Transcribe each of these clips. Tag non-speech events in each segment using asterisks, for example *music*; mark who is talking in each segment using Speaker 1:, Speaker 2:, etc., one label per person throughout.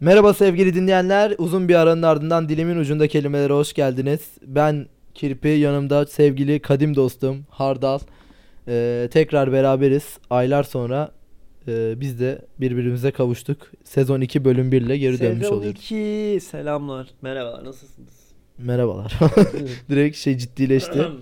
Speaker 1: Merhaba sevgili dinleyenler. Uzun bir aranın ardından dilimin ucunda kelimelere hoş geldiniz. Ben Kirpi, yanımda sevgili kadim dostum Hardal. Ee, tekrar beraberiz. Aylar sonra e, biz de birbirimize kavuştuk. Sezon 2 bölüm 1 ile geri dönmüş
Speaker 2: Sezon
Speaker 1: oluyoruz.
Speaker 2: 2 selamlar. Merhabalar nasılsınız?
Speaker 1: Merhabalar. *laughs* Direkt şey ciddileşti.
Speaker 2: Falan.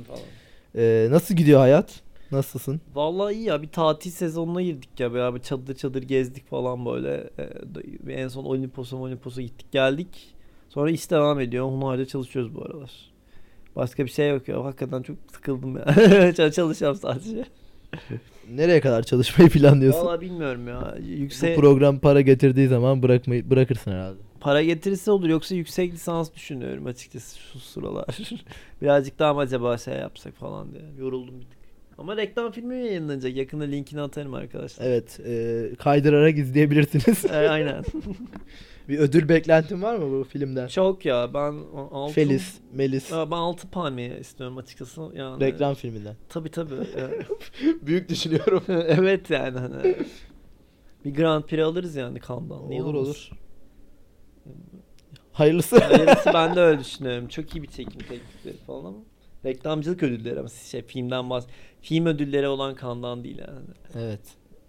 Speaker 1: Ee, nasıl gidiyor hayat? Nasılsın?
Speaker 2: Vallahi iyi ya bir tatil sezonuna girdik ya beraber çadır çadır gezdik falan böyle. Ee, da- en son Olimpos'a Olimpos'a gittik geldik. Sonra iş devam ediyor. Hunharca çalışıyoruz bu aralar. Başka bir şey yok ya. Hakikaten çok sıkıldım ya. *laughs* Ç- Çalışacağım sadece.
Speaker 1: Nereye kadar çalışmayı *laughs* planlıyorsun?
Speaker 2: Vallahi bilmiyorum ya.
Speaker 1: Bu
Speaker 2: Yüksek
Speaker 1: program para getirdiği zaman bırakmayı bırakırsın herhalde.
Speaker 2: para getirirse olur yoksa yüksek lisans düşünüyorum açıkçası şu sıralar. *laughs* Birazcık daha mı acaba şey yapsak falan diye. Yoruldum bir tık. Ama reklam filmi yayınlanacak. Yakında linkini atarım arkadaşlar.
Speaker 1: Evet, e, kaydırarak
Speaker 2: *laughs*
Speaker 1: izleyebilirsiniz.
Speaker 2: E,
Speaker 1: *laughs*
Speaker 2: aynen.
Speaker 1: Bir ödül beklentin var mı bu filmden?
Speaker 2: Çok ya ben a- altı...
Speaker 1: Felis, Melis,
Speaker 2: Ya ben altı palmiye istiyorum açıkçası. Yani,
Speaker 1: reklam
Speaker 2: *laughs*
Speaker 1: filminden. *laughs*
Speaker 2: Tabii tabii. E,
Speaker 1: Büyük düşünüyorum.
Speaker 2: evet yani hani. Bir Grand Prix alırız yani kandan.
Speaker 1: olur olur. *laughs* Hayırlısı.
Speaker 2: Hayırlısı ben de öyle düşünüyorum. Çok iyi bir çekim teklifleri falan ama. Reklamcılık ödülleri ama şey filmden bahs film ödülleri olan kandan değil yani.
Speaker 1: evet.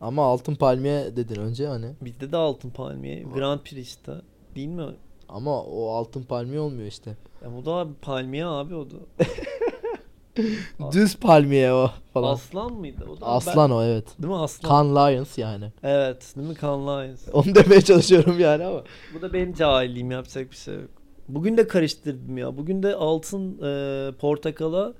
Speaker 1: Ama altın palmiye dedin önce hani.
Speaker 2: Bizde de altın palmiye,
Speaker 1: Var.
Speaker 2: Grand Prix işte. Değil mi?
Speaker 1: Ama o altın palmiye olmuyor işte.
Speaker 2: Ya bu da palmiye abi o da.
Speaker 1: Düz palmiye o falan.
Speaker 2: Aslan mıydı? O da
Speaker 1: Aslan o evet.
Speaker 2: Ben- değil mi aslan?
Speaker 1: Kan Lions yani.
Speaker 2: Evet, değil mi Kan Lions?
Speaker 1: Onu demeye çalışıyorum yani ama.
Speaker 2: Bu da benim cahilliğim yapacak bir şey yok. Bugün de karıştırdım ya. Bugün de altın e, portakala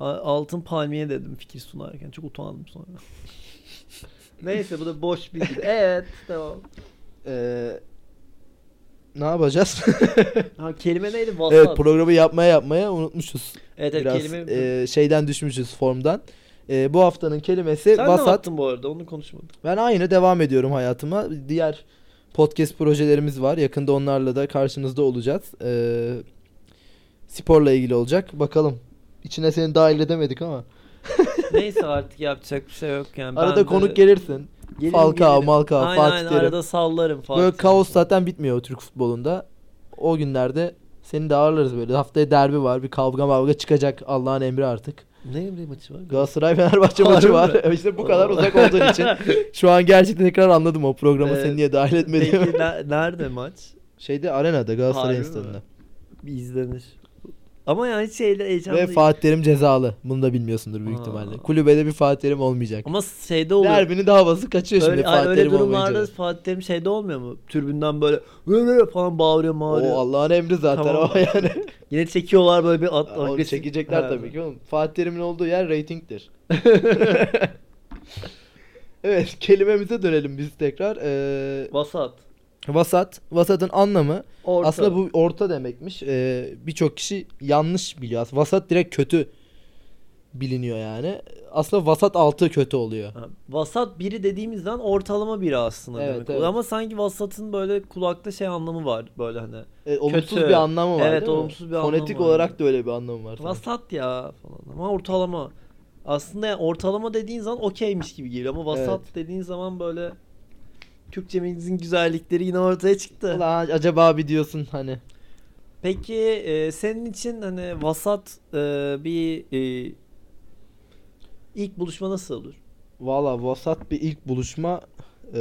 Speaker 2: a- altın palmiye dedim fikir sunarken. Çok utandım sonra. *laughs* Neyse bu da boş bilgi. Evet tamam.
Speaker 1: Ee, ne yapacağız? *laughs*
Speaker 2: Ha, kelime neydi? Vasat.
Speaker 1: evet programı yapmaya yapmaya unutmuşuz.
Speaker 2: evet, evet,
Speaker 1: Biraz
Speaker 2: kelime.
Speaker 1: e, şeyden düşmüşüz formdan. E, bu haftanın kelimesi
Speaker 2: Sen ne
Speaker 1: vasat.
Speaker 2: yaptın bu arada? Onu konuşmadık.
Speaker 1: Ben aynı devam ediyorum hayatıma. Diğer podcast projelerimiz var. Yakında onlarla da karşınızda olacağız. Ee, sporla ilgili olacak. Bakalım. İçine seni dahil edemedik ama.
Speaker 2: Neyse artık yapacak bir şey yok yani. Ben
Speaker 1: Arada
Speaker 2: de-
Speaker 1: konuk gelirsin.
Speaker 2: Gelirim,
Speaker 1: Falcao,
Speaker 2: gelirim.
Speaker 1: Malcao,
Speaker 2: Aynen,
Speaker 1: Fatih
Speaker 2: aynen,
Speaker 1: Terim.
Speaker 2: arada sallarım Fatih.
Speaker 1: Böyle
Speaker 2: Terim.
Speaker 1: kaos zaten bitmiyor Türk futbolunda. O günlerde seni de ağırlarız böyle. Haftaya derbi var. Bir kavga mavga çıkacak Allah'ın emri artık.
Speaker 2: Ne bir maçı var?
Speaker 1: Galatasaray Fenerbahçe
Speaker 2: Harbi
Speaker 1: maçı
Speaker 2: mi?
Speaker 1: var. *laughs* işte bu kadar
Speaker 2: Oo.
Speaker 1: uzak olduğun için. Şu an gerçekten tekrar anladım o programa
Speaker 2: Ee,
Speaker 1: seni niye dahil etmediğimi.
Speaker 2: Peki ne- nerede maç?
Speaker 1: Şeyde arenada Galatasaray
Speaker 2: Harbi mi?
Speaker 1: stadında.
Speaker 2: Bir izlenir. Ama yani hiç şeyle heyecanlı
Speaker 1: Ve
Speaker 2: değil.
Speaker 1: Fatih Terim cezalı. Bunu da bilmiyorsundur büyük
Speaker 2: Aa.
Speaker 1: ihtimalle. Kulübede bir Fatih Terim olmayacak.
Speaker 2: Ama şeyde oluyor.
Speaker 1: Derbinin de havası kaçıyor
Speaker 2: öyle,
Speaker 1: şey şimdi Fatih
Speaker 2: öyle
Speaker 1: Terim
Speaker 2: durumlarda
Speaker 1: olmayınca.
Speaker 2: Fatih Terim şeyde olmuyor mu? Türbünden böyle "Vırr" falan bağırıyor mağırıyor.
Speaker 1: O Allah'ın emri zaten
Speaker 2: Tamam.
Speaker 1: ama
Speaker 2: *laughs*
Speaker 1: yani.
Speaker 2: Yine çekiyorlar böyle bir at.
Speaker 1: Onu
Speaker 2: agresif-
Speaker 1: çekecekler
Speaker 2: Ha.
Speaker 1: tabii ki oğlum. Fatih Terim'in olduğu yer
Speaker 2: *laughs*
Speaker 1: reytingdir. evet kelimemize dönelim biz tekrar. Ee,
Speaker 2: Vasat.
Speaker 1: vasat. Vasatın anlamı
Speaker 2: Orta.
Speaker 1: aslında bu orta demekmiş. Ee, Birçok kişi yanlış biliyor. Aslında Vasat direkt kötü biliniyor yani. Aslında vasat altı kötü oluyor.
Speaker 2: Ha, Vasat biri dediğimizden ortalama biri aslında
Speaker 1: Evet,
Speaker 2: demek.
Speaker 1: evet.
Speaker 2: Ama sanki vasatın böyle kulakta şey anlamı var böyle hani.
Speaker 1: E, olumsuz
Speaker 2: Kötü.
Speaker 1: bir anlamı var
Speaker 2: Evet,
Speaker 1: değil mi?
Speaker 2: olumsuz bir anlamı
Speaker 1: Fonetik
Speaker 2: var.
Speaker 1: olarak da öyle bir anlamı var. sanırım.
Speaker 2: Vasat ya falan ama ortalama. Aslında yani ortalama dediğin zaman okeymiş gibi geliyor ama vasat
Speaker 1: Evet.
Speaker 2: dediğin zaman böyle Türkçemizin güzellikleri yine ortaya çıktı.
Speaker 1: Ulan acaba bir diyorsun hani.
Speaker 2: Peki e, senin için hani vasat e, bir e, ilk buluşma nasıl olur?
Speaker 1: Valla vasat bir ilk buluşma e,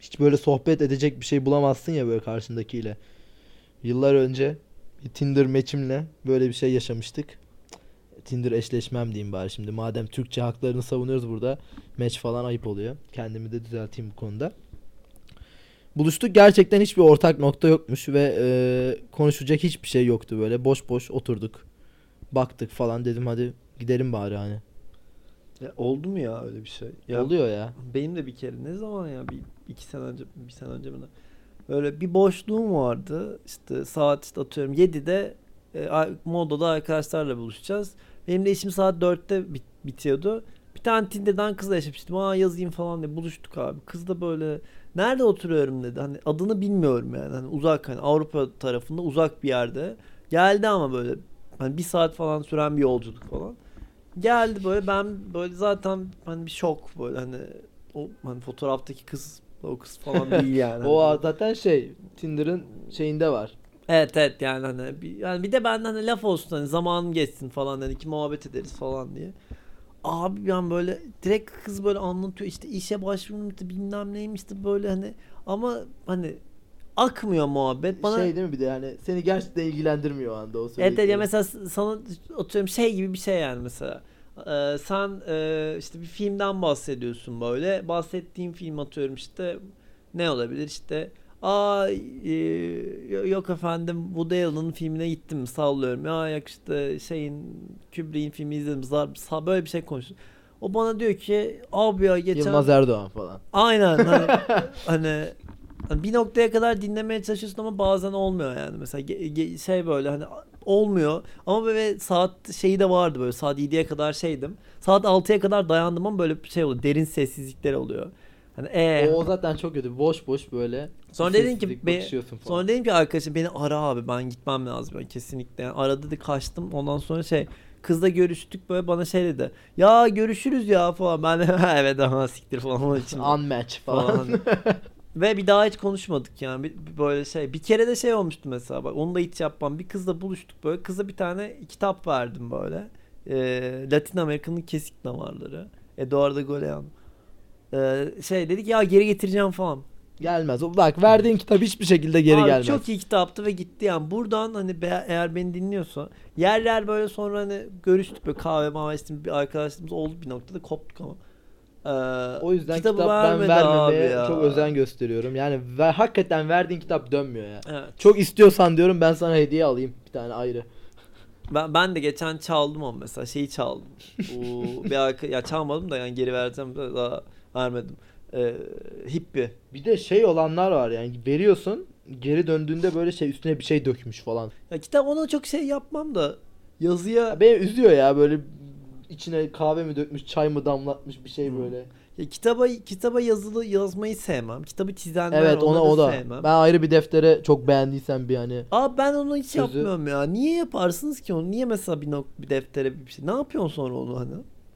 Speaker 1: hiç böyle sohbet edecek bir şey bulamazsın ya böyle karşındakiyle. Yıllar önce bir Tinder meçimle böyle bir şey yaşamıştık. Tinder eşleşmem diyeyim bari şimdi. Madem Türkçe haklarını savunuyoruz burada. Meç falan ayıp oluyor. Kendimi de düzelteyim bu konuda. Buluştuk. Gerçekten hiçbir ortak nokta yokmuş ve e, konuşacak hiçbir şey yoktu böyle. Boş boş oturduk. Baktık falan dedim hadi gidelim bari hani.
Speaker 2: oldu mu ya öyle bir şey?
Speaker 1: Oluyor ya.
Speaker 2: *laughs* Benim de bir kere ne zaman ya bir iki sene önce bir sene önce mi ne? Böyle bir boşluğum vardı. İşte saat işte atıyorum 7'de e, a- Modo'da arkadaşlarla buluşacağız. Benim de işim saat 4'te bit- bitiyordu. Bir tane Tinder'dan kızla yaşamıştım. Aa yazayım falan diye buluştuk abi. Kız da böyle nerede oturuyorum dedi. Hani adını bilmiyorum yani. Hani uzak hani Avrupa tarafında uzak bir yerde. Geldi ama böyle hani bir saat falan süren bir yolculuk falan. Geldi böyle ben böyle zaten hani bir şok böyle hani o hani fotoğraftaki kız O kız falan değil yani. Hani
Speaker 1: O zaten şey Tinder'ın şeyinde var.
Speaker 2: Evet evet yani hani bir, yani bir de benden hani laf olsun hani zamanım geçsin falan hani ki muhabbet ederiz falan diye. Abi ben böyle direkt kız böyle anlatıyor işte işe başvurmuştu bilmem neymişti böyle hani ama hani akmıyor muhabbet. Bana
Speaker 1: Şey değil mi bir de yani seni gerçekten ilgilendirmiyor o anda o
Speaker 2: Evet
Speaker 1: söylediği.
Speaker 2: evet ya mesela sana atıyorum şey gibi bir şey yani mesela. Ee, sen e, işte bir filmden bahsediyorsun böyle. Bahsettiğin film atıyorum işte ne olabilir işte Aa e, yok efendim Woody Allen'ın filmine gittim sallıyorum. Ya yok işte şeyin Kubrick'in filmi izledim. Zar, sa- böyle bir şey konuşuyor. O bana diyor ki abi ya geçen
Speaker 1: Yılmaz Erdoğan falan.
Speaker 2: Aynen. Hani, hani, hani bir noktaya kadar dinlemeye çalışıyorsun ama bazen olmuyor yani. Mesela ge- ge- şey böyle hani olmuyor. Ama böyle saat şeyi de vardı böyle saat 7'ye kadar şeydim. Saat 6'ya kadar dayandım ama böyle şey oluyor. Derin sessizlikler oluyor. Hani ee.
Speaker 1: O zaten çok kötü. Boş boş böyle.
Speaker 2: Sonra dedin ki
Speaker 1: sessizlik
Speaker 2: be,
Speaker 1: bakışıyorsun falan.
Speaker 2: sonra dedim ki arkadaşım beni ara abi ben gitmem lazım ben kesinlikle. Yani aradı da kaçtım. Ondan sonra şey kızla görüştük böyle bana şey dedi. Ya görüşürüz ya falan. Ben de *laughs* "Ha, evet ama siktir falan onun için. *laughs*
Speaker 1: Unmatch falan.
Speaker 2: falan. Ve bir daha hiç konuşmadık yani Bir- bir böyle şey. Bir kere de şey olmuştu mesela bak onu da hiç yapmam. Bir kızla buluştuk böyle. Kıza bir tane kitap verdim böyle. Ee, Latin Amerika'nın kesik damarları. Eduardo Galeano. Ee, şey dedik ya geri getireceğim falan.
Speaker 1: *laughs* gelmez. O- Bak verdiğin kitap hiçbir şekilde geri
Speaker 2: Abi
Speaker 1: gelmez.
Speaker 2: Çok iyi kitaptı ve gitti yani. Buradan hani be- eğer beni dinliyorsa yerler böyle sonra hani görüştük böyle kahve mahvestim bir arkadaşımız oldu bir noktada koptuk ama. Ee,
Speaker 1: O yüzden
Speaker 2: kitabı
Speaker 1: kitap ben
Speaker 2: vermedi
Speaker 1: vermemeye
Speaker 2: abi ya.
Speaker 1: çok özen gösteriyorum. Yani ve, hakikaten verdiğin kitap dönmüyor ya.
Speaker 2: Evet.
Speaker 1: Çok istiyorsan diyorum ben sana hediye alayım bir tane ayrı.
Speaker 2: Ben, ben de geçen çaldım ama mesela
Speaker 1: *laughs*
Speaker 2: şeyi çaldım. Bu bir arka, ya çalmadım da yani geri vereceğim de daha vermedim. Ee, hippi.
Speaker 1: Bir de şey olanlar var yani veriyorsun geri döndüğünde böyle şey üstüne bir şey dökmüş falan.
Speaker 2: Ya kitap ona çok şey yapmam da yazıya
Speaker 1: Ya beni üzüyor ya böyle içine kahve mi dökmüş, çay mı damlatmış bir şey
Speaker 2: Hı.
Speaker 1: böyle.
Speaker 2: ya kitaba kitaba yazılı yazmayı sevmem. Kitabı çizenler
Speaker 1: evet ona
Speaker 2: onları
Speaker 1: o da.
Speaker 2: sevmem.
Speaker 1: Ben ayrı bir deftere çok beğendiysen bir hani
Speaker 2: Abi ben onu hiç
Speaker 1: Sözü-
Speaker 2: yapmıyorum ya. Niye yaparsınız ki onu? Niye mesela bir, nok- bir deftere bir şey? Ne yapıyorsun sonra onu hani?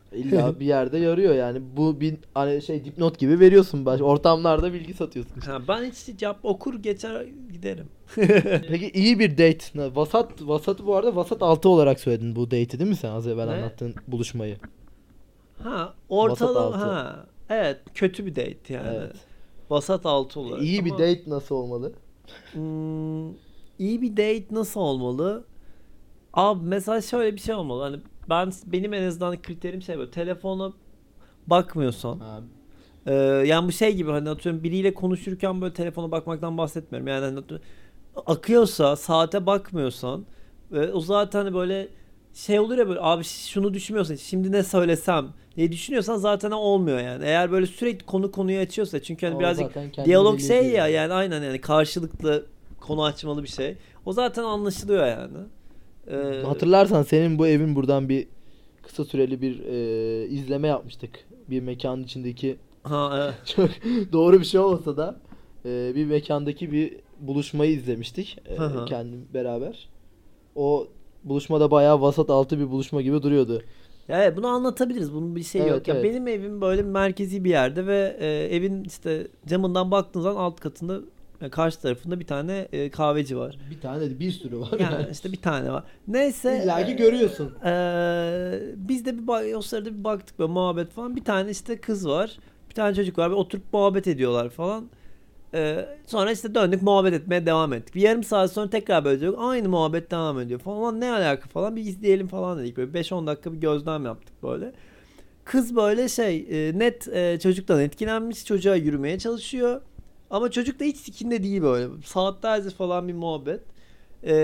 Speaker 2: *laughs*
Speaker 1: illa bir yerde yarıyor yani. Bu bir hani şey dipnot gibi veriyorsun baş ortamlarda bilgi
Speaker 2: *laughs*
Speaker 1: satıyorsun.
Speaker 2: Ha, ben hiç, hiç yap okur geçer giderim.
Speaker 1: Peki iyi bir date. ne- Vasat vasatı bu arada vasat altı olarak söyledin bu date'i değil mi sen az evvel
Speaker 2: Ne?
Speaker 1: anlattığın buluşmayı?
Speaker 2: Ha
Speaker 1: Vasat
Speaker 2: ortalama
Speaker 1: altı.
Speaker 2: ha. Evet kötü bir date yani.
Speaker 1: Evet.
Speaker 2: Vasat altı olarak.
Speaker 1: iyi bir
Speaker 2: ama,
Speaker 1: date nasıl olmalı?
Speaker 2: Hmm, iyi bir date nasıl olmalı? Abi mesela şöyle bir şey olmalı. Hani ben benim en azından kriterim şey böyle telefona bakmıyorsan
Speaker 1: Ha,
Speaker 2: Ee, yani bu şey gibi hani atıyorum biriyle konuşurken böyle telefona bakmaktan bahsetmiyorum. Yani hani atıyorum, akıyorsa, saate bakmıyorsan e, o zaten hani böyle şey olur ya böyle abi şunu düşünmüyorsan şimdi ne söylesem diye düşünüyorsan zaten olmuyor yani. Eğer böyle sürekli konu konuyu açıyorsa çünkü hani
Speaker 1: o
Speaker 2: birazcık
Speaker 1: zaten kendini
Speaker 2: diyalog
Speaker 1: belli
Speaker 2: şey
Speaker 1: ediyor.
Speaker 2: ya yani aynen yani karşılıklı konu açmalı bir şey. O zaten anlaşılıyor yani. Ee,
Speaker 1: Hatırlarsan senin bu evin buradan bir kısa süreli bir e, izleme yapmıştık. Bir mekanın içindeki *laughs*
Speaker 2: Ha, evet.
Speaker 1: çok doğru bir şey olmasa da e, bir mekandaki bir buluşmayı izlemiştik e,
Speaker 2: Hı hı.
Speaker 1: kendim beraber. O buluşmada bayağı vasat altı bir buluşma gibi duruyordu.
Speaker 2: Ya evet, bunu anlatabiliriz. Bunun bir şey
Speaker 1: Evet,
Speaker 2: yok. Ya
Speaker 1: evet.
Speaker 2: benim evim böyle merkezi bir yerde ve e, evin işte camından baktığın zaman alt katında e, karşı tarafında bir tane e, kahveci var.
Speaker 1: Bir tane değil, bir sürü var.
Speaker 2: Yani işte bir tane var. Neyse.
Speaker 1: İlla ki
Speaker 2: e,
Speaker 1: görüyorsun.
Speaker 2: e, biz de bir bak- o sırada bir baktık böyle muhabbet falan. Bir tane işte kız var. Bir tane çocuk var. Bir oturup muhabbet ediyorlar falan. E, sonra işte döndük muhabbet etmeye devam ettik. Bir yarım saat sonra tekrar böyle diyor. Aynı muhabbet devam ediyor falan. Ulan ne alaka falan bir izleyelim falan dedik. Böyle 5-10 dakika bir gözlem yaptık böyle. Kız böyle şey e, net e, çocuktan etkilenmiş çocuğa yürümeye çalışıyor. Ama çocuk da hiç sikinde değil böyle. Saatlerce falan bir muhabbet. E,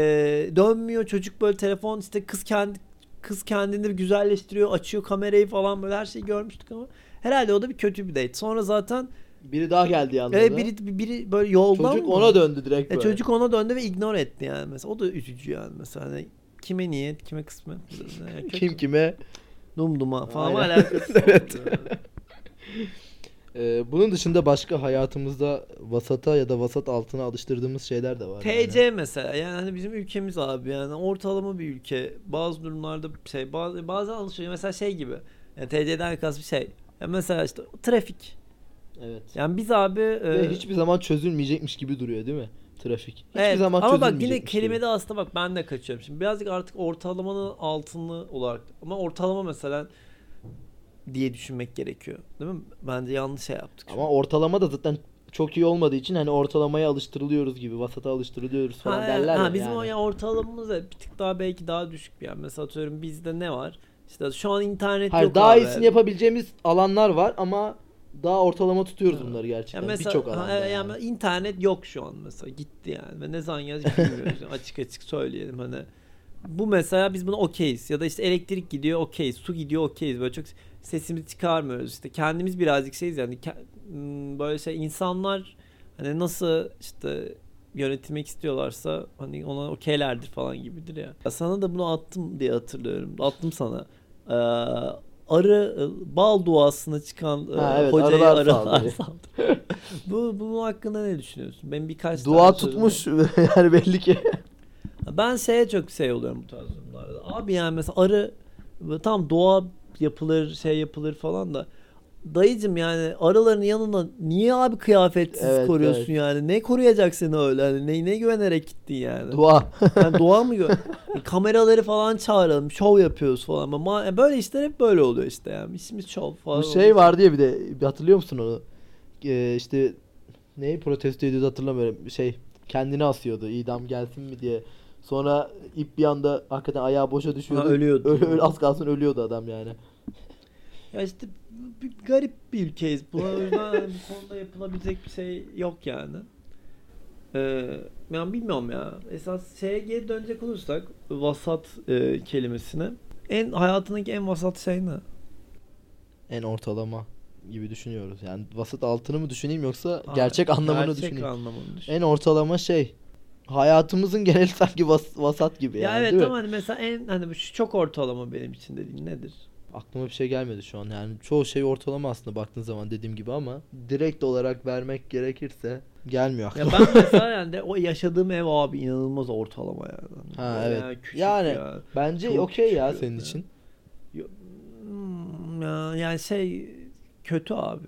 Speaker 2: dönmüyor çocuk böyle telefon işte kız kendi kız kendini güzelleştiriyor açıyor kamerayı falan böyle her şeyi görmüştük ama herhalde o da bir kötü bir date. Sonra zaten
Speaker 1: Biri daha geldi yanına.
Speaker 2: e,
Speaker 1: da.
Speaker 2: biri, biri böyle yoldan
Speaker 1: Çocuk
Speaker 2: mı?
Speaker 1: ona döndü direkt
Speaker 2: E,
Speaker 1: böyle.
Speaker 2: çocuk ona döndü ve ignore etti yani mesela. O da üzücü yani mesela. Hani kime niyet, kime kısmet. Yani kötü.
Speaker 1: kim kime
Speaker 2: Dumduma falan
Speaker 1: Aynen. *laughs*
Speaker 2: alakası yok.
Speaker 1: Evet.
Speaker 2: Yani.
Speaker 1: Ee, bunun dışında başka hayatımızda vasata ya da vasat altına alıştırdığımız şeyler de var. yani.
Speaker 2: TC mesela yani hani bizim ülkemiz abi yani ortalama bir ülke. Bazı durumlarda şey bazı bazen alışıyor mesela şey gibi. Yani TC'den kastım şey. Ya mesela işte trafik.
Speaker 1: Evet.
Speaker 2: Yani biz abi
Speaker 1: Ve
Speaker 2: e,
Speaker 1: hiçbir zaman çözülmeyecekmiş gibi duruyor değil mi? Trafik. Hiçbir
Speaker 2: evet,
Speaker 1: zaman şey
Speaker 2: ama bak
Speaker 1: çözülmeyecekmiş
Speaker 2: yine
Speaker 1: gibi.
Speaker 2: kelimede aslında bak ben de kaçıyorum. Şimdi birazcık artık ortalamanın altını olarak ama ortalama mesela diye düşünmek gerekiyor. Değil mi? Bence yanlış şey yaptık. şu an.
Speaker 1: Ama ortalama da zaten çok iyi olmadığı için hani ortalamaya alıştırılıyoruz gibi, vasata alıştırılıyoruz falan
Speaker 2: Ha,
Speaker 1: derler
Speaker 2: ha,
Speaker 1: ya
Speaker 2: bizim
Speaker 1: yani.
Speaker 2: o ya ortalamamız da bir tık daha belki daha düşük bir yer. Mesela atıyorum bizde ne var? İşte şu an internet
Speaker 1: Hayır
Speaker 2: yok
Speaker 1: daha
Speaker 2: abi.
Speaker 1: iyisini yapabileceğimiz alanlar var ama daha ortalama tutuyoruz
Speaker 2: Ha.
Speaker 1: bunları gerçekten.
Speaker 2: Yani mesela
Speaker 1: Birçok
Speaker 2: ha,
Speaker 1: alanda.
Speaker 2: e, yani
Speaker 1: yani.
Speaker 2: internet yok şu an mesela gitti yani ve ne zaman gelecek
Speaker 1: *laughs*
Speaker 2: bilmiyoruz Yani açık açık söyleyelim hani bu mesela biz buna okeyiz ya da işte elektrik gidiyor okeyiz su gidiyor okeyiz böyle çok sesimizi çıkarmıyoruz işte kendimiz birazcık şeyiz yani Ke- m, böyle şey insanlar hani nasıl işte yönetilmek istiyorlarsa hani ona okeylerdir falan gibidir ya. Ya Sana da bunu attım diye hatırlıyorum. Attım sana. Ee, arı e, bal duasına çıkan e,
Speaker 1: Ha, evet,
Speaker 2: hocaya
Speaker 1: arılar
Speaker 2: arılar
Speaker 1: saldırıyor.
Speaker 2: saldırıyor. Bu bunun hakkında ne düşünüyorsun? Ben birkaç
Speaker 1: Dua
Speaker 2: tane sözüm
Speaker 1: tutmuş *laughs* yani belli ki.
Speaker 2: var. Ben şeye çok şey oluyorum bu tarz durumlarda. Abi yani mesela arı böyle tam dua yapılır, şey yapılır falan da Dayıcım yani arıların yanına niye abi kıyafetsiz
Speaker 1: Evet,
Speaker 2: koruyorsun
Speaker 1: evet.
Speaker 2: yani? Ne koruyacak seni öyle? Hani ne, ne güvenerek gittin yani?
Speaker 1: Dua.
Speaker 2: Yani doğa mı gör? *laughs*
Speaker 1: *laughs*
Speaker 2: E, kameraları falan çağıralım. Şov yapıyoruz falan. Ama ma- e, böyle işler hep böyle oluyor işte yani. İsmi şov falan.
Speaker 1: Bu
Speaker 2: oluyor.
Speaker 1: şey var diye bir de bir hatırlıyor musun onu? Ee, işte neyi protesto ediyordu hatırlamıyorum. Şey kendini asıyordu idam gelsin mi diye. Sonra ip bir anda hakikaten ayağı boşa düşüyordu.
Speaker 2: ölüyordu.
Speaker 1: Öl, öl- az kalsın ölüyordu adam yani.
Speaker 2: Ya işte bir, bir garip bir ülkeyiz. Buna o yüzden hani bu konuda yapılabilecek bir şey yok yani. Ee, yani bilmiyorum ya. Esas şeye geri dönecek olursak vasat e, kelimesine. En hayatındaki en vasat şey ne?
Speaker 1: En ortalama gibi düşünüyoruz. Yani vasat altını mı düşüneyim yoksa
Speaker 2: Ha,
Speaker 1: gerçek anlamını
Speaker 2: gerçek
Speaker 1: düşüneyim.
Speaker 2: anlamını düşün.
Speaker 1: En ortalama şey hayatımızın genel *laughs* sanki vas- vasat gibi
Speaker 2: ya
Speaker 1: yani.
Speaker 2: evet
Speaker 1: değil mi?
Speaker 2: ama hani mesela en hani bu şu çok ortalama benim için dediğin nedir?
Speaker 1: Aklıma bir şey gelmedi şu an. Yani çoğu şey ortalama aslında baktığın zaman dediğim gibi ama direkt olarak vermek gerekirse gelmiyor *laughs*
Speaker 2: Ya
Speaker 1: aklıma.
Speaker 2: ben mesela yani de o yaşadığım ev abi inanılmaz ortalama yani.
Speaker 1: Ha,
Speaker 2: Böyle
Speaker 1: evet.
Speaker 2: Yani, küçük
Speaker 1: Yani-
Speaker 2: ya.
Speaker 1: Bence
Speaker 2: Çok
Speaker 1: okey ya
Speaker 2: küçük
Speaker 1: senin
Speaker 2: ya.
Speaker 1: için.
Speaker 2: Yo- Hmm, ya- Yani şey kötü abi.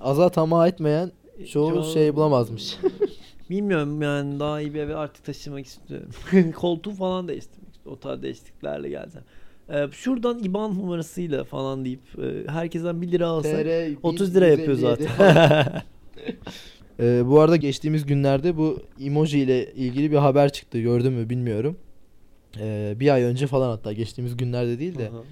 Speaker 1: Azat ama etmeyen çoğu
Speaker 2: Çok-
Speaker 1: şey bulamazmış.
Speaker 2: *laughs* Bilmiyorum yani daha iyi bir eve artık taşımak istiyorum. *laughs* Koltuğu falan değiştirmek istiyorum. O tarz değişikliklerle geleceğim. Ee, şuradan IBAN numarasıyla falan deyip e, herkesten 1 lira alsak
Speaker 1: TR
Speaker 2: 30 lira yapıyor
Speaker 1: 1157.
Speaker 2: zaten.
Speaker 1: *laughs*
Speaker 2: *laughs*
Speaker 1: Ee, bu arada geçtiğimiz günlerde bu emoji ile ilgili bir haber çıktı. Gördün mü bilmiyorum. Ee, bir ay önce falan hatta geçtiğimiz günlerde değil de.
Speaker 2: Aha.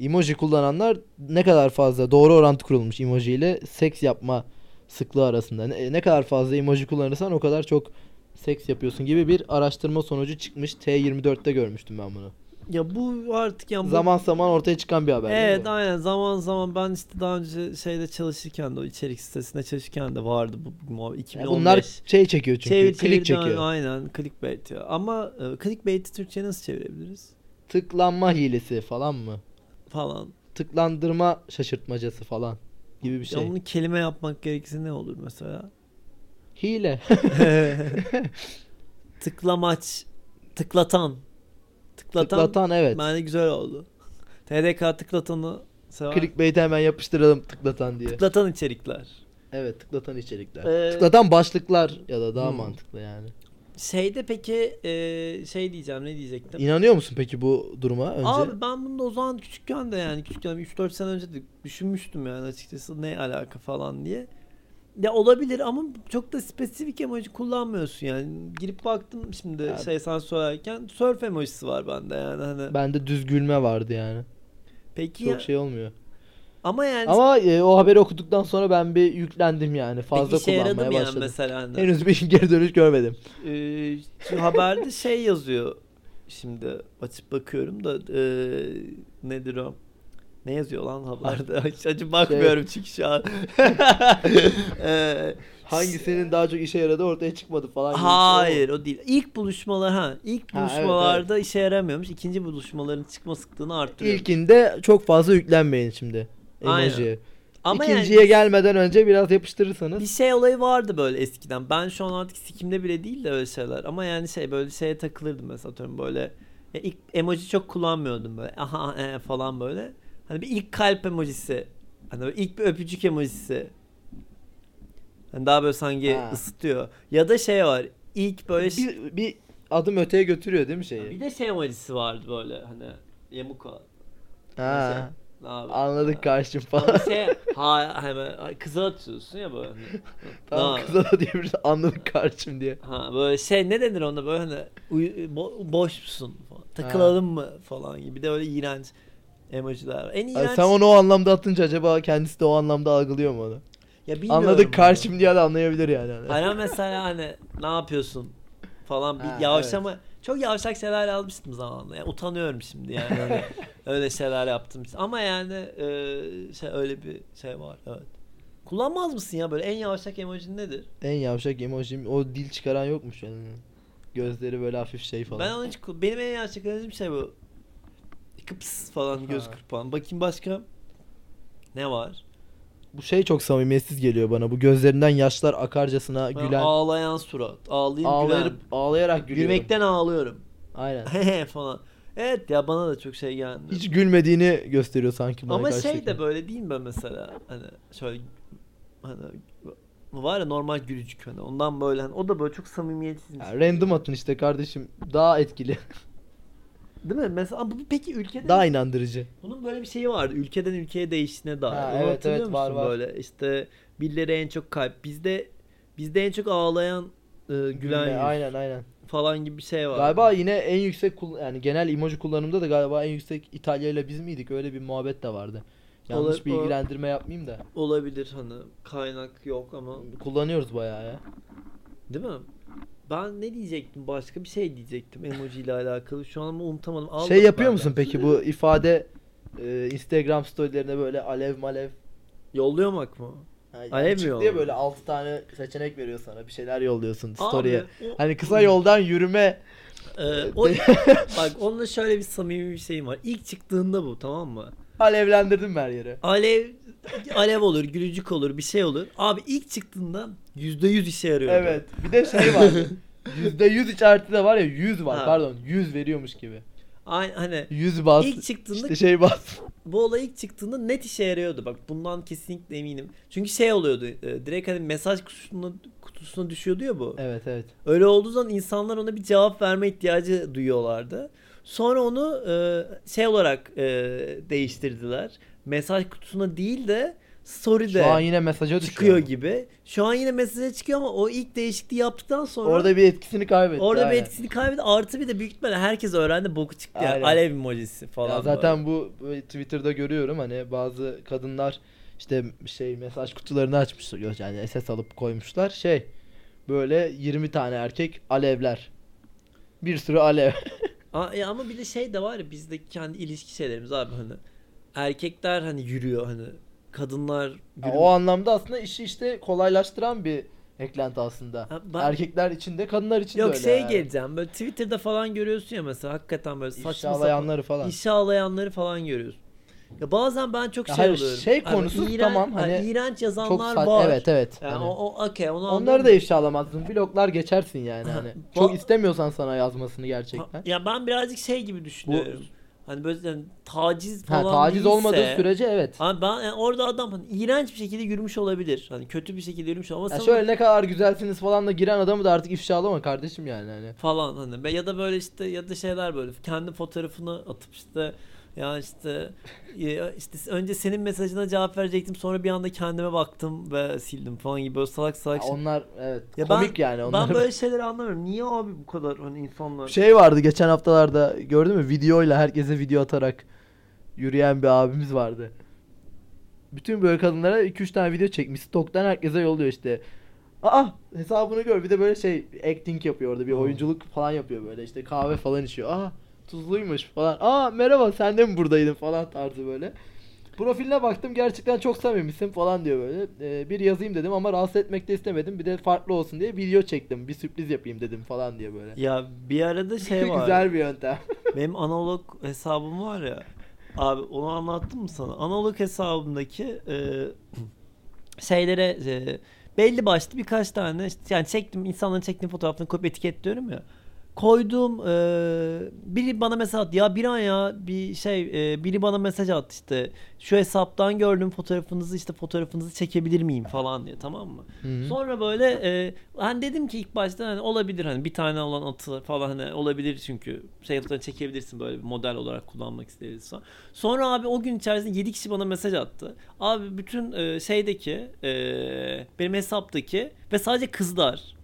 Speaker 1: Emoji kullananlar ne kadar fazla doğru orantı kurulmuş emoji ile seks yapma sıklığı arasında. Ne, ne kadar fazla emoji kullanırsan o kadar çok seks yapıyorsun gibi bir araştırma sonucu çıkmış. T24'te görmüştüm ben bunu.
Speaker 2: Ya bu artık yani bu-
Speaker 1: Zaman zaman ortaya çıkan bir haber. değil
Speaker 2: Evet
Speaker 1: mi?
Speaker 2: aynen zaman zaman ben işte daha önce şeyde çalışırken de o içerik sitesinde çalışırken de vardı bu muhabbet
Speaker 1: Yani
Speaker 2: 2015.
Speaker 1: bunlar şey çekiyor çünkü.
Speaker 2: Çevir-
Speaker 1: klik
Speaker 2: çevirden-
Speaker 1: çekiyor.
Speaker 2: Aynen clickbait ya. Ama e, clickbait'i Türkçe'ye nasıl çevirebiliriz?
Speaker 1: Tıklanma hilesi falan mı?
Speaker 2: Falan.
Speaker 1: Tıklandırma şaşırtmacası falan gibi bir şey.
Speaker 2: Ya bunu kelime yapmak gerekirse ne olur
Speaker 1: *laughs*
Speaker 2: mesela? *laughs*
Speaker 1: Hile.
Speaker 2: Tıklamaç. Tıklatan. Tıklatan.
Speaker 1: Tıklatan evet.
Speaker 2: Bence güzel oldu. TDK tıklatanı sever.
Speaker 1: Clickbait'e hemen yapıştıralım tıklatan diye.
Speaker 2: Tıklatan içerikler.
Speaker 1: Evet tıklatan içerikler.
Speaker 2: Ee,
Speaker 1: Tıklatan başlıklar ya da daha
Speaker 2: Hmm.
Speaker 1: mantıklı yani.
Speaker 2: Şeyde peki e, şey diyeceğim ne diyecektim?
Speaker 1: İnanıyor musun peki bu duruma önce?
Speaker 2: Abi ben bunu da o zaman küçükken de yani küçükken 3-4 sene önce de düşünmüştüm yani açıkçası ne alaka falan diye. Ya olabilir ama çok da spesifik emoji kullanmıyorsun yani. Girip baktım şimdi
Speaker 1: Ya-
Speaker 2: şey sen söylerken surf emojisi var bende yani hani.
Speaker 1: Bende düz gülme vardı yani.
Speaker 2: Peki
Speaker 1: Çok
Speaker 2: ya-
Speaker 1: şey olmuyor.
Speaker 2: ama yani
Speaker 1: Ama e, o haberi okuduktan sonra ben bir yüklendim yani. Fazla
Speaker 2: peki işe yaradı mı
Speaker 1: kullanmaya
Speaker 2: yani
Speaker 1: başladım.
Speaker 2: mesela hani?
Speaker 1: Henüz bir *laughs* geri dönüş
Speaker 2: *laughs*
Speaker 1: görmedim.
Speaker 2: Ee, şu haberde şey yazıyor şimdi açıp bakıyorum da ee, nedir o? Ne yazıyor lan haberde? *laughs* Hiç acı bakmıyorum
Speaker 1: Şey-
Speaker 2: çünkü
Speaker 1: *laughs*
Speaker 2: şu an. Ee,
Speaker 1: Hangisinin daha çok işe yaradı ortaya çıkmadı falan. gibi bir şey
Speaker 2: Hayır
Speaker 1: oldu.
Speaker 2: o değil. İilk buluşmalar ha. ilk
Speaker 1: Ha, evet,
Speaker 2: buluşmalarda işe yaramıyormuş. İkinci buluşmaların çıkma sıklığını arttırıyor.
Speaker 1: İlkinde çok fazla yüklenmeyin şimdi.
Speaker 2: Aynen.
Speaker 1: Emoji.
Speaker 2: Ama
Speaker 1: İkinciye
Speaker 2: yani
Speaker 1: gelmeden önce biraz yapıştırırsanız.
Speaker 2: bir şey olayı vardı böyle eskiden. Ben şu an artık sikimde bile değil de öyle şeyler. Ama yani şey böyle şeye takılırdım mesela atıyorum böyle. Ya ilk emoji çok kullanmıyordum böyle. Aha e, falan böyle. Hani bir ilk kalp emojisi. Hani böyle ilk bir öpücük emojisi. Yani daha böyle sanki
Speaker 1: Ha.
Speaker 2: ısıtıyor. Ya da şey var. İlk böyle şey-
Speaker 1: Bir, bir adım öteye götürüyor değil mi
Speaker 2: Ya Bir
Speaker 1: şeyi?
Speaker 2: de şey amacısı vardı böyle hani Yamuko.
Speaker 1: Ha,
Speaker 2: Ne abi?
Speaker 1: anladık
Speaker 2: Ha.
Speaker 1: karşım
Speaker 2: Ama
Speaker 1: falan.
Speaker 2: şey
Speaker 1: *laughs*
Speaker 2: ha hemen kıza atıyorsun ya böyle. hani.
Speaker 1: Tam
Speaker 2: Ne
Speaker 1: kıza da diyebiliriz anladık karşım diye.
Speaker 2: Ha böyle şey ne denir onda böyle hani uyu- bo- boşsun falan. Takılalım mı falan gibi de öyle iğrenç emojiler var. En
Speaker 1: Ay,
Speaker 2: iğrenç
Speaker 1: Hani sen onu o anlamda atınca acaba kendisi de o anlamda algılıyor mu onu?
Speaker 2: ya bilmiyorum bunu.
Speaker 1: Anladık karşım diye de anlayabilir yani. hani.
Speaker 2: Hani mesela hani ne yapıyorsun falan bir
Speaker 1: Ha,
Speaker 2: yavşama çok yavşak şeyler almıştım zamanında. Yani utanıyorum
Speaker 1: *laughs*
Speaker 2: şimdi yani öyle, öyle şeyler yaptım. Ama yani e, şey öyle bir şey var evet. Kullanmaz mısın ya böyle en yavşak emoji nedir?
Speaker 1: En yavşak emojim o dil çıkaran yokmuş yani. Gözleri böyle hafif şey falan.
Speaker 2: Ben onu hiç ku- benim en yavşak emojim şey bu. Kıps falan göz
Speaker 1: Ha.
Speaker 2: kırpan. Bakayım başka ne var?
Speaker 1: Bu şey çok samimiyetsiz geliyor bana. Bu gözlerinden yaşlar akarcasına
Speaker 2: Ben
Speaker 1: gülen.
Speaker 2: ağlayan surat. Ağlayayım
Speaker 1: ağlayıp
Speaker 2: gülerim.
Speaker 1: ağlayarak gülüyorum.
Speaker 2: Gülmekten ağlıyorum.
Speaker 1: Aynen.
Speaker 2: *laughs* falan. Evet ya bana da çok şey geldi.
Speaker 1: Hiç gülmediğini gösteriyor sanki bana
Speaker 2: Ama şey
Speaker 1: karşıdaki.
Speaker 2: de böyle değil mi mesela hani şöyle hani var ya normal gülücük hani ondan böyle hani o da böyle çok samimiyetsizmiş.
Speaker 1: Ya random atın işte kardeşim. Daha
Speaker 2: *laughs*
Speaker 1: etkili.
Speaker 2: Değil mi? Mesela bu peki ülkede
Speaker 1: daha inandırıcı.
Speaker 2: bunun böyle bir şeyi vardı. Ülkeden ülkeye değiştiğine dair.
Speaker 1: Ha,
Speaker 2: Onu
Speaker 1: evet,
Speaker 2: hatırlıyor
Speaker 1: evet, var,
Speaker 2: musun
Speaker 1: var.
Speaker 2: böyle işte birileri en çok kalp bizde bizde en çok ağlayan e, gülen
Speaker 1: Gülme,
Speaker 2: yüz
Speaker 1: Aynen aynen.
Speaker 2: falan gibi bir şey var.
Speaker 1: Galiba yine en yüksek kul- yani genel emoji kullanımda da galiba en yüksek İtalya ile biz miydik? Öyle bir muhabbet de vardı. Yanlış
Speaker 2: Olay-
Speaker 1: bilgilendirme yapmayayım da.
Speaker 2: olabilir hani kaynak yok ama
Speaker 1: Kullanıyoruz bayağı ya.
Speaker 2: Değil mi? Ben ne diyecektim? Başka bir şey diyecektim emoji ile alakalı. Şu an ama unutamadım. Aldım
Speaker 1: şey yapıyor
Speaker 2: benden.
Speaker 1: musun peki bu ifade e, Instagram storylerine böyle alev malev
Speaker 2: Yolluyormak mı?
Speaker 1: yani
Speaker 2: Alev mi
Speaker 1: çıktı ya
Speaker 2: yolluyor?
Speaker 1: böyle 6 tane seçenek veriyor sana. Bir şeyler yolluyorsun
Speaker 2: Abi,
Speaker 1: story'e.
Speaker 2: o-
Speaker 1: Hani kısa yoldan yürüme.
Speaker 2: Ee,
Speaker 1: *laughs*
Speaker 2: o, bak onunla şöyle bir samimi bir şeyim var. İlk çıktığında bu tamam mı?
Speaker 1: Alevlendirdim ben her yere.
Speaker 2: Alev alev olur, gülücük olur, bir şey olur. Abi ilk çıktığında %100 işe yarıyordu.
Speaker 1: Evet. Bir de şey
Speaker 2: *laughs*
Speaker 1: var. %100 işareti de var ya 100 var
Speaker 2: Ha.
Speaker 1: pardon. 100 veriyormuş gibi.
Speaker 2: Aynı, hani
Speaker 1: 100 bas.
Speaker 2: İlk çıktığında-
Speaker 1: işte şey
Speaker 2: *laughs*
Speaker 1: bas.
Speaker 2: bu olay ilk çıktığında net işe yarıyordu. Bak bundan kesinlikle eminim. Çünkü şey oluyordu. e, Direkt hani mesaj kutusuna, kutusuna düşüyordu ya bu.
Speaker 1: Evet evet.
Speaker 2: Öyle olduğu zaman insanlar ona bir cevap verme ihtiyacı duyuyorlardı. Sonra onu e, şey olarak e, değiştirdiler. Mesaj kutusuna değil de
Speaker 1: Şu an
Speaker 2: story'de
Speaker 1: yine mesaja düşüyor.
Speaker 2: çıkıyor
Speaker 1: ama.
Speaker 2: gibi. Şu an yine mesaja çıkıyor ama o ilk değişikliği yaptıktan sonra orada,
Speaker 1: Orada bir etkisini kaybetti.
Speaker 2: bir
Speaker 1: aynen.
Speaker 2: etkisini kaybetti. Artı bir de büyük ihtimalle herkes öğrendi boku çıktı yani.
Speaker 1: Aynen.
Speaker 2: Alev emojisi falan.
Speaker 1: Ya zaten bu böyle Twitter'da görüyorum hani bazı kadınlar işte şey mesaj kutularını açmışlar yani SS alıp koymuşlar şey böyle 20 tane erkek alevler bir sürü
Speaker 2: *laughs*
Speaker 1: alev
Speaker 2: Aa, e, ama bir de şey de var ya bizdeki kendi ilişki şeylerimiz abi hani. Erkekler hani yürüyor hani. Kadınlar
Speaker 1: Ya
Speaker 2: yürümüyor.
Speaker 1: o anlamda aslında işi işte kolaylaştıran bir eklenti aslında
Speaker 2: Ha, ben-
Speaker 1: erkekler için de kadınlar için de
Speaker 2: Yok
Speaker 1: öyle
Speaker 2: şey
Speaker 1: yani.
Speaker 2: geleceğim böyle Twitter'da falan görüyorsun ya mesela hakikaten böyle saçma sapan
Speaker 1: İfşalayanları falan
Speaker 2: işe alayanları falan görüyorsun. Ya bazen ben çok
Speaker 1: Ya
Speaker 2: şey
Speaker 1: hayır,
Speaker 2: oluyorum.
Speaker 1: şey
Speaker 2: Abi
Speaker 1: konusu
Speaker 2: iğren-
Speaker 1: tamam,
Speaker 2: ha,
Speaker 1: hani
Speaker 2: iğrenç
Speaker 1: çok
Speaker 2: yazanlar
Speaker 1: saç
Speaker 2: var.
Speaker 1: evet evet
Speaker 2: Yani
Speaker 1: Hani
Speaker 2: o, o okey onu
Speaker 1: onları
Speaker 2: anlıyorum.
Speaker 1: da ifşalamazsın bloklar geçersin yani
Speaker 2: *laughs*
Speaker 1: hani çok
Speaker 2: Ba-
Speaker 1: istemiyorsan sana yazmasını gerçekten
Speaker 2: Ha, Ya ben birazcık şey gibi düşünüyorum. Hani böyle yani taciz
Speaker 1: Ha,
Speaker 2: falan
Speaker 1: taciz
Speaker 2: değilse-
Speaker 1: olmadığı sürece evet.
Speaker 2: Abi ben yani orada adam hani iğrenç bir şekilde yürümüş olabilir. Hani kötü bir şekilde yürümüş ama
Speaker 1: Ya
Speaker 2: sana-
Speaker 1: şöyle ne kadar güzelsiniz falan da giren adamı da artık ifşalama kardeşim yani hani.
Speaker 2: falan hani Be- ya da böyle işte ya da şeyler böyle kendi fotoğrafını atıp işte ya işte *laughs* ya işte önce senin mesajına cevap verecektim sonra bir anda kendime baktım ve sildim falan gibi böyle salak
Speaker 1: Ya
Speaker 2: salak şey.
Speaker 1: onlar evet
Speaker 2: Ya
Speaker 1: komik
Speaker 2: ben,
Speaker 1: yani onlar.
Speaker 2: Ben böyle şeyleri anlamıyorum. Niye abi bu kadar hani insanlar
Speaker 1: Şey vardı geçen haftalarda gördün mü videoyla herkese video atarak yürüyen bir abimiz vardı. Bütün böyle kadınlara 2-3 tane video çekmiş. Stoktan herkese yolluyor işte. Aa hesabını gör bir de böyle şey acting yapıyor orada bir
Speaker 2: Hmm.
Speaker 1: oyunculuk falan yapıyor böyle işte kahve falan içiyor. Aa tuzluymuş falan. Aa merhaba sen de mi buradaydın falan tarzı böyle. Profiline baktım gerçekten çok samimisin falan diyor böyle. Ee, bir yazayım dedim ama rahatsız etmek de istemedim. Bir de farklı olsun diye video çektim. Bir sürpriz yapayım dedim falan diye böyle.
Speaker 2: ya bir
Speaker 1: *laughs*
Speaker 2: arada şey var.
Speaker 1: Güzel bir yöntem.
Speaker 2: Benim analog hesabım var ya. Abi onu anlattım mı sana? Analog hesabımdaki e, şeylere e, belli başlı birkaç tane işte yani çektim insanların çektiğim fotoğraflarını kopya etiketliyorum ya. koydum. eee, biri bana mesaj attı. Ya bir an ya bir şey eee, biri bana mesaj attı işte. Şu hesaptan gördüm fotoğrafınızı işte fotoğrafınızı çekebilir miyim falan diye tamam mı? *laughs*
Speaker 1: Hı.
Speaker 2: Sonra böyle e, hani dedim ki ilk başta hani olabilir hani bir tane olan atı falan hani olabilir çünkü şey atlarını çekebilirsin böyle bir model olarak kullanmak isteriz falan. Sonra abi o gün içerisinde 7 kişi bana mesaj attı. Abi bütün e, şeydeki e, benim hesaptaki ve sadece kızlar.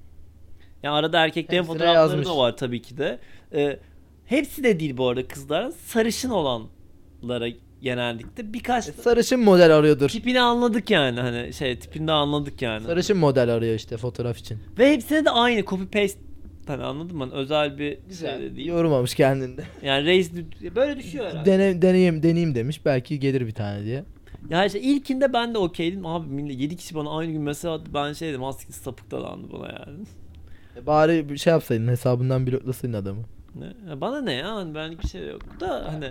Speaker 2: Yani arada erkeklerin
Speaker 1: Hepsine
Speaker 2: fotoğrafları da
Speaker 1: yazmış.
Speaker 2: var tabii ki de. E, hepsi de değil bu arada kızlar. Sarışın olanlara genellikle birkaç
Speaker 1: E, Sarışın model arıyordur.
Speaker 2: tipini anladık yani hani şey tipini de anladık yani.
Speaker 1: Sarışın model arıyor işte fotoğraf için.
Speaker 2: Ve hepsine de aynı copy paste hani anladın mı? Hani özel bir şey de değil.
Speaker 1: Yormamış kendini.
Speaker 2: Yani reis böyle düşüyor *laughs* herhalde.
Speaker 1: Dene, deneyeyim, deneyeyim demiş. Belki gelir bir tane diye.
Speaker 2: yani işte ilkinde ben de okeydim. Abi millet 7 kişi bana aynı gün mesaj attı. Ben şey dedim aslında sapık dalandı bana yani. *laughs*
Speaker 1: E, Bari bir şey yapsaydın hesabından bloklasaydın adamı. *laughs*
Speaker 2: Ne? Ya Bana ne ya? Hani benlik bir şey yok da hani.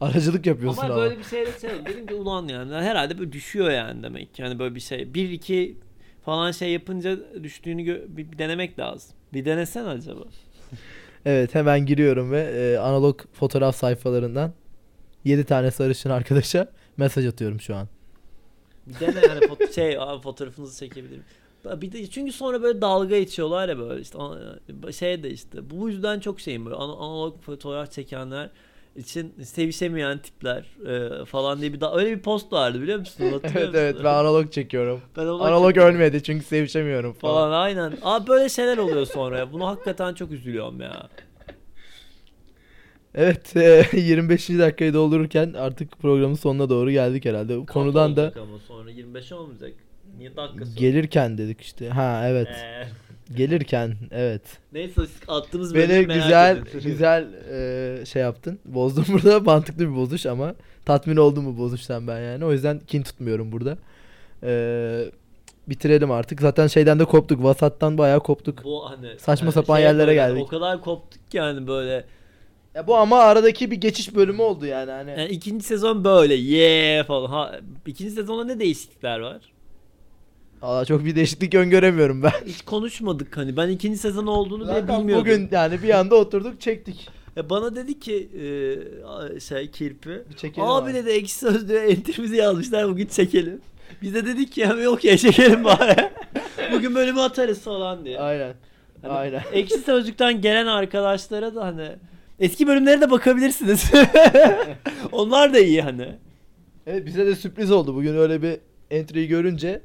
Speaker 1: Aracılık yapıyorsun ama.
Speaker 2: Ama böyle bir şeyle şey oldu. Dedim ki ulan yani herhalde böyle düşüyor yani demek ki. Hani böyle bir şey. 1 2 falan şey yapınca düştüğünü gö- bir, bir denemek lazım. Bir denesen acaba.
Speaker 1: Evet hemen giriyorum ve e, analog fotoğraf sayfalarından 7 tane sarışın arkadaşa *laughs* mesaj atıyorum şu an.
Speaker 2: Bir dene yani foto- *laughs* şey abi fotoğrafınızı çekebilirim. Ba- Bir de çünkü sonra böyle dalga geçiyorlar ya böyle işte ana- şey de işte bu yüzden çok şeyim böyle ana- analog fotoğraf çekenler için sevişemeyen tipler e, falan diye bir da öyle bir post vardı biliyor musun? Hatırlıyor
Speaker 1: evet evet
Speaker 2: musun?
Speaker 1: ben analog çekiyorum.
Speaker 2: Ben ona
Speaker 1: Analog
Speaker 2: çok-
Speaker 1: ölmedi çünkü sevişemiyorum falan.
Speaker 2: falan aynen. Abi böyle şeyler oluyor sonra ya. Bunu hakikaten çok üzülüyorum ya.
Speaker 1: Evet e, *laughs* 25. dakikayı doldururken artık programın sonuna doğru geldik herhalde. Bu Konudan da
Speaker 2: Olacak ama sonra 25 olmayacak. Niye dakika sonra?
Speaker 1: gelirken dedik işte. Ha evet.
Speaker 2: Ee, *laughs*
Speaker 1: Gelirken evet.
Speaker 2: neyse attığımız
Speaker 1: Beni
Speaker 2: bölümü merak
Speaker 1: güzel
Speaker 2: edin.
Speaker 1: *laughs* güzel e, şey yaptın. Bozdun *laughs* burada. Mantıklı bir bozuş ama tatmin oldum bu bozuştan ben yani. O yüzden kin tutmuyorum burada. E, bitirelim artık. Zaten şeyden de koptuk. Vasattan bayağı koptuk.
Speaker 2: Bu hani
Speaker 1: Saçma
Speaker 2: yani
Speaker 1: sapan
Speaker 2: şey
Speaker 1: yerlere
Speaker 2: böyle,
Speaker 1: geldik.
Speaker 2: O kadar koptuk ki yani böyle.
Speaker 1: Ya bu ama aradaki bir geçiş bölümü oldu yani. Hani
Speaker 2: Yani ikinci sezon böyle ye falan. Ha, ikinci sezonda ne değişiklikler var?
Speaker 1: Aa, çok bir değişiklik öngöremiyorum ben.
Speaker 2: Hiç konuşmadık hani. Ben ikinci sezon olduğunu bile
Speaker 1: Zaten
Speaker 2: bilmiyordum.
Speaker 1: bugün yani bir anda oturduk çektik.
Speaker 2: Ya bana dedi ki e, şey kirpi.
Speaker 1: Bir çekelim
Speaker 2: Abi
Speaker 1: abi."
Speaker 2: dedi ekşi sözlüğe entrimizi yazmışlar bugün çekelim. Biz de dedik ki ya yok ya çekelim bari. *laughs* bugün bölümü atarız falan diye.
Speaker 1: Aynen.
Speaker 2: Hani
Speaker 1: Aynen.
Speaker 2: Ekşi sözlükten gelen arkadaşlara da hani eski bölümlere de bakabilirsiniz. *laughs* Onlar da iyi hani.
Speaker 1: *laughs* Evet bize de sürpriz oldu bugün öyle bir entry'yi görünce.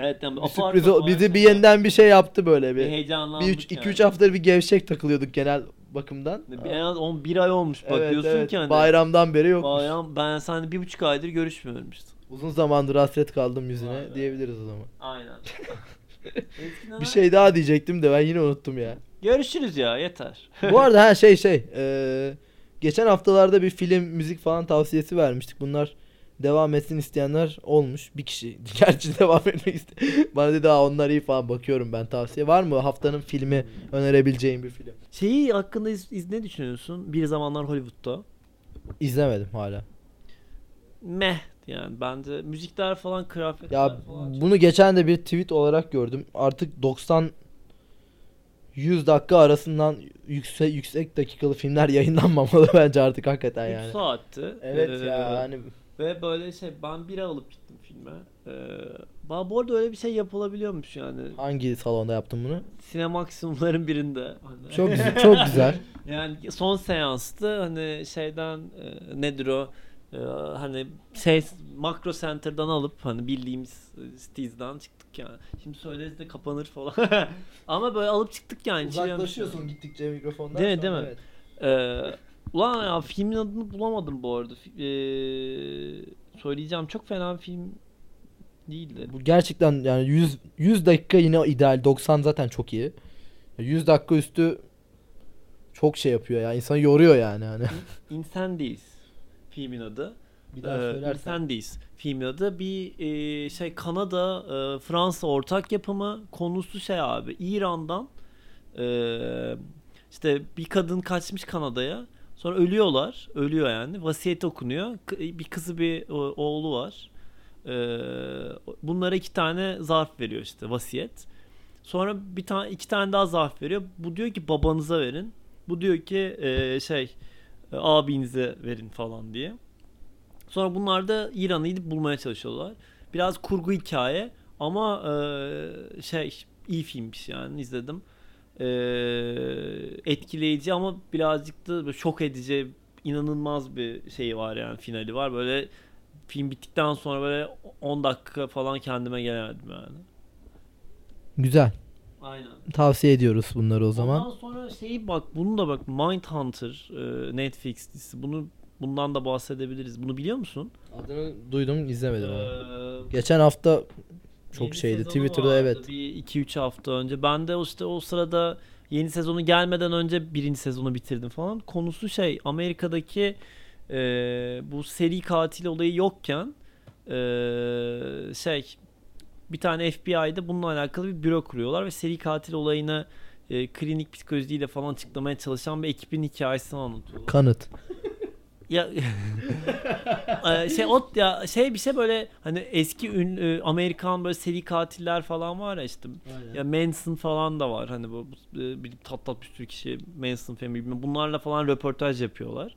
Speaker 2: Evet yani
Speaker 1: Bir
Speaker 2: apar
Speaker 1: sürpriz
Speaker 2: topar
Speaker 1: o- bizi bir
Speaker 2: yani.
Speaker 1: yeniden bir şey yaptı böyle
Speaker 2: bir
Speaker 1: bir.
Speaker 2: heyecanlandık
Speaker 1: Bir 3 2
Speaker 2: yani.
Speaker 1: 3 haftadır bir gevşek takılıyorduk genel bakımdan.
Speaker 2: Bir- En az 11 ay olmuş bak
Speaker 1: Evet,
Speaker 2: diyorsun
Speaker 1: evet.
Speaker 2: ki hani.
Speaker 1: Bayramdan beri yok.
Speaker 2: Bayram ben seninle bir buçuk aydır görüşmüyormuştum.
Speaker 1: Uzun zamandır hasret kaldım yüzüne
Speaker 2: Vay be.
Speaker 1: diyebiliriz o zaman.
Speaker 2: *laughs* Aynen.
Speaker 1: Bir şey daha diyecektim de ben yine unuttum ya.
Speaker 2: Görüşürüz ya yeter. *laughs*
Speaker 1: Bu arada ha şey şey. eee, geçen haftalarda bir film, müzik falan tavsiyesi vermiştik. Bunlar devam etsin isteyenler olmuş. Bir kişi *laughs* gerçi devam etmek iste. Bana dedi "Aa, onlar iyi falan bakıyorum ben tavsiye. Var mı haftanın filmi önerebileceğim bir film?
Speaker 2: Şeyi hakkında iz, iz- ne düşünüyorsun? Bir zamanlar Hollywood'da.
Speaker 1: İzlemedim hala.
Speaker 2: Meh yani bence müzikler falan kıyafetler
Speaker 1: Ya
Speaker 2: falan. çok-
Speaker 1: bunu geçen de bir tweet olarak gördüm. Artık 90 100 dakika arasından yüksek yüksek dakikalı filmler *laughs* yayınlanmamalı bence artık hakikaten
Speaker 2: Üç
Speaker 1: yani.
Speaker 2: saatti.
Speaker 1: Evet
Speaker 2: Ee,
Speaker 1: ya hani
Speaker 2: Ve böyle şey ben bira alıp gittim filme. Ee, ba- bu arada öyle bir şey yapılabiliyormuş yani.
Speaker 1: hangi salonda yaptın bunu?
Speaker 2: Sinemaksimumların birinde. Hani-
Speaker 1: Çok *laughs* güzel, çok
Speaker 2: *laughs*
Speaker 1: güzel.
Speaker 2: Yani son seanstı hani şeyden e, nedir o E, hani şey makro center'dan alıp hani bildiğimiz e, Steez'den çıktık yani. Şimdi söyleriz de kapanır falan. *laughs* Ama böyle alıp çıktık yani. Şey
Speaker 1: Uzaklaşıyorsun gittikçe mikrofondan.
Speaker 2: Değil mi,
Speaker 1: sonra,
Speaker 2: değil mi?
Speaker 1: evet.
Speaker 2: Ee, ulan ya filmin adını bulamadım bu arada. Fi- ee, söyleyeceğim çok fena bir film değildi.
Speaker 1: Bu gerçekten yani 100 100 dakika yine ideal. 90 zaten çok iyi. 100 dakika üstü çok şey yapıyor ya. İnsanı yoruyor yani hani.
Speaker 2: Incendies filmin adı.
Speaker 1: Bir daha
Speaker 2: Ee,
Speaker 1: söylersen.
Speaker 2: Incendies filmin adı. Bir ee, şey Kanada, ee, Fransa ortak yapımı. Konusu şey abi İran'dan ee, işte bir kadın kaçmış Kanada'ya. Sonra ölüyorlar. Ölüyor yani. Vasiyet okunuyor. K- e, Bir kızı bir o- oğlu E, var. Ee, bunlara iki tane zarf veriyor işte vasiyet. Sonra bir tane iki tane daha zarf veriyor. Bu diyor ki babanıza verin. Bu diyor ki e, şey e, abinize verin falan diye. Sonra bunlar da İran'ı gidip bulmaya çalışıyorlar. Biraz kurgu hikaye ama e, şey iyi filmmiş yani izledim. E, etkileyici ama birazcık da böyle şok edici inanılmaz bir şey var yani finali var. Böyle film bittikten sonra böyle 10 dakika falan kendime gelemedim yani.
Speaker 1: Güzel.
Speaker 2: Aynen.
Speaker 1: Tavsiye ediyoruz bunları o zaman.
Speaker 2: Ondan sonra şeyi bak bunu da bak Mindhunter e, Netflix dizisi. Bunu bundan da bahsedebiliriz. Bunu biliyor musun?
Speaker 1: Adını duydum izlemedim ama.
Speaker 2: Ee,
Speaker 1: Geçen hafta
Speaker 2: yeni
Speaker 1: çok şeydi.
Speaker 2: sezonu
Speaker 1: Twitter'da
Speaker 2: vardı,
Speaker 1: evet.
Speaker 2: Bir 2-3 hafta önce. Ben de o işte o sırada yeni sezonu gelmeden önce birinci sezonu bitirdim falan. Konusu şey Amerika'daki e, bu seri katil olayı yokken e, şey bir tane FBI'de bununla alakalı bir büro kuruyorlar ve seri katil olayını e, klinik psikolojiyle falan açıklamaya çalışan bir ekibin hikayesini anlatıyorlar.
Speaker 1: Kanıt.
Speaker 2: Ya Ee, şey ot ya şey bir şey böyle hani eski ün, e, Amerikan böyle seri katiller falan var ya işte ya Manson falan da var hani bu bu- e, bir tat tat bir sürü kişi Manson falan bilmem bunlarla falan röportaj yapıyorlar.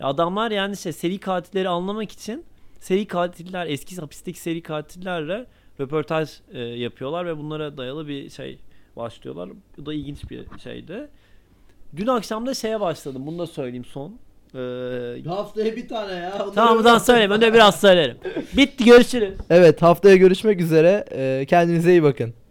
Speaker 2: Ya adamlar yani şey seri katilleri anlamak için seri katiller eski hapisteki seri katillerle röportaj e, yapıyorlar ve bunlara dayalı bir şey başlıyorlar. Bu da ilginç bir şeydi. Dün akşam da şeye başladım. Bunu da söyleyeyim son. Ee,
Speaker 1: Haftaya bir tane ya.
Speaker 2: Tamam buradan söyleyeyim. Ben de biraz söylerim. Bitti görüşürüz.
Speaker 1: Evet haftaya görüşmek üzere. Ee, Kendinize iyi bakın.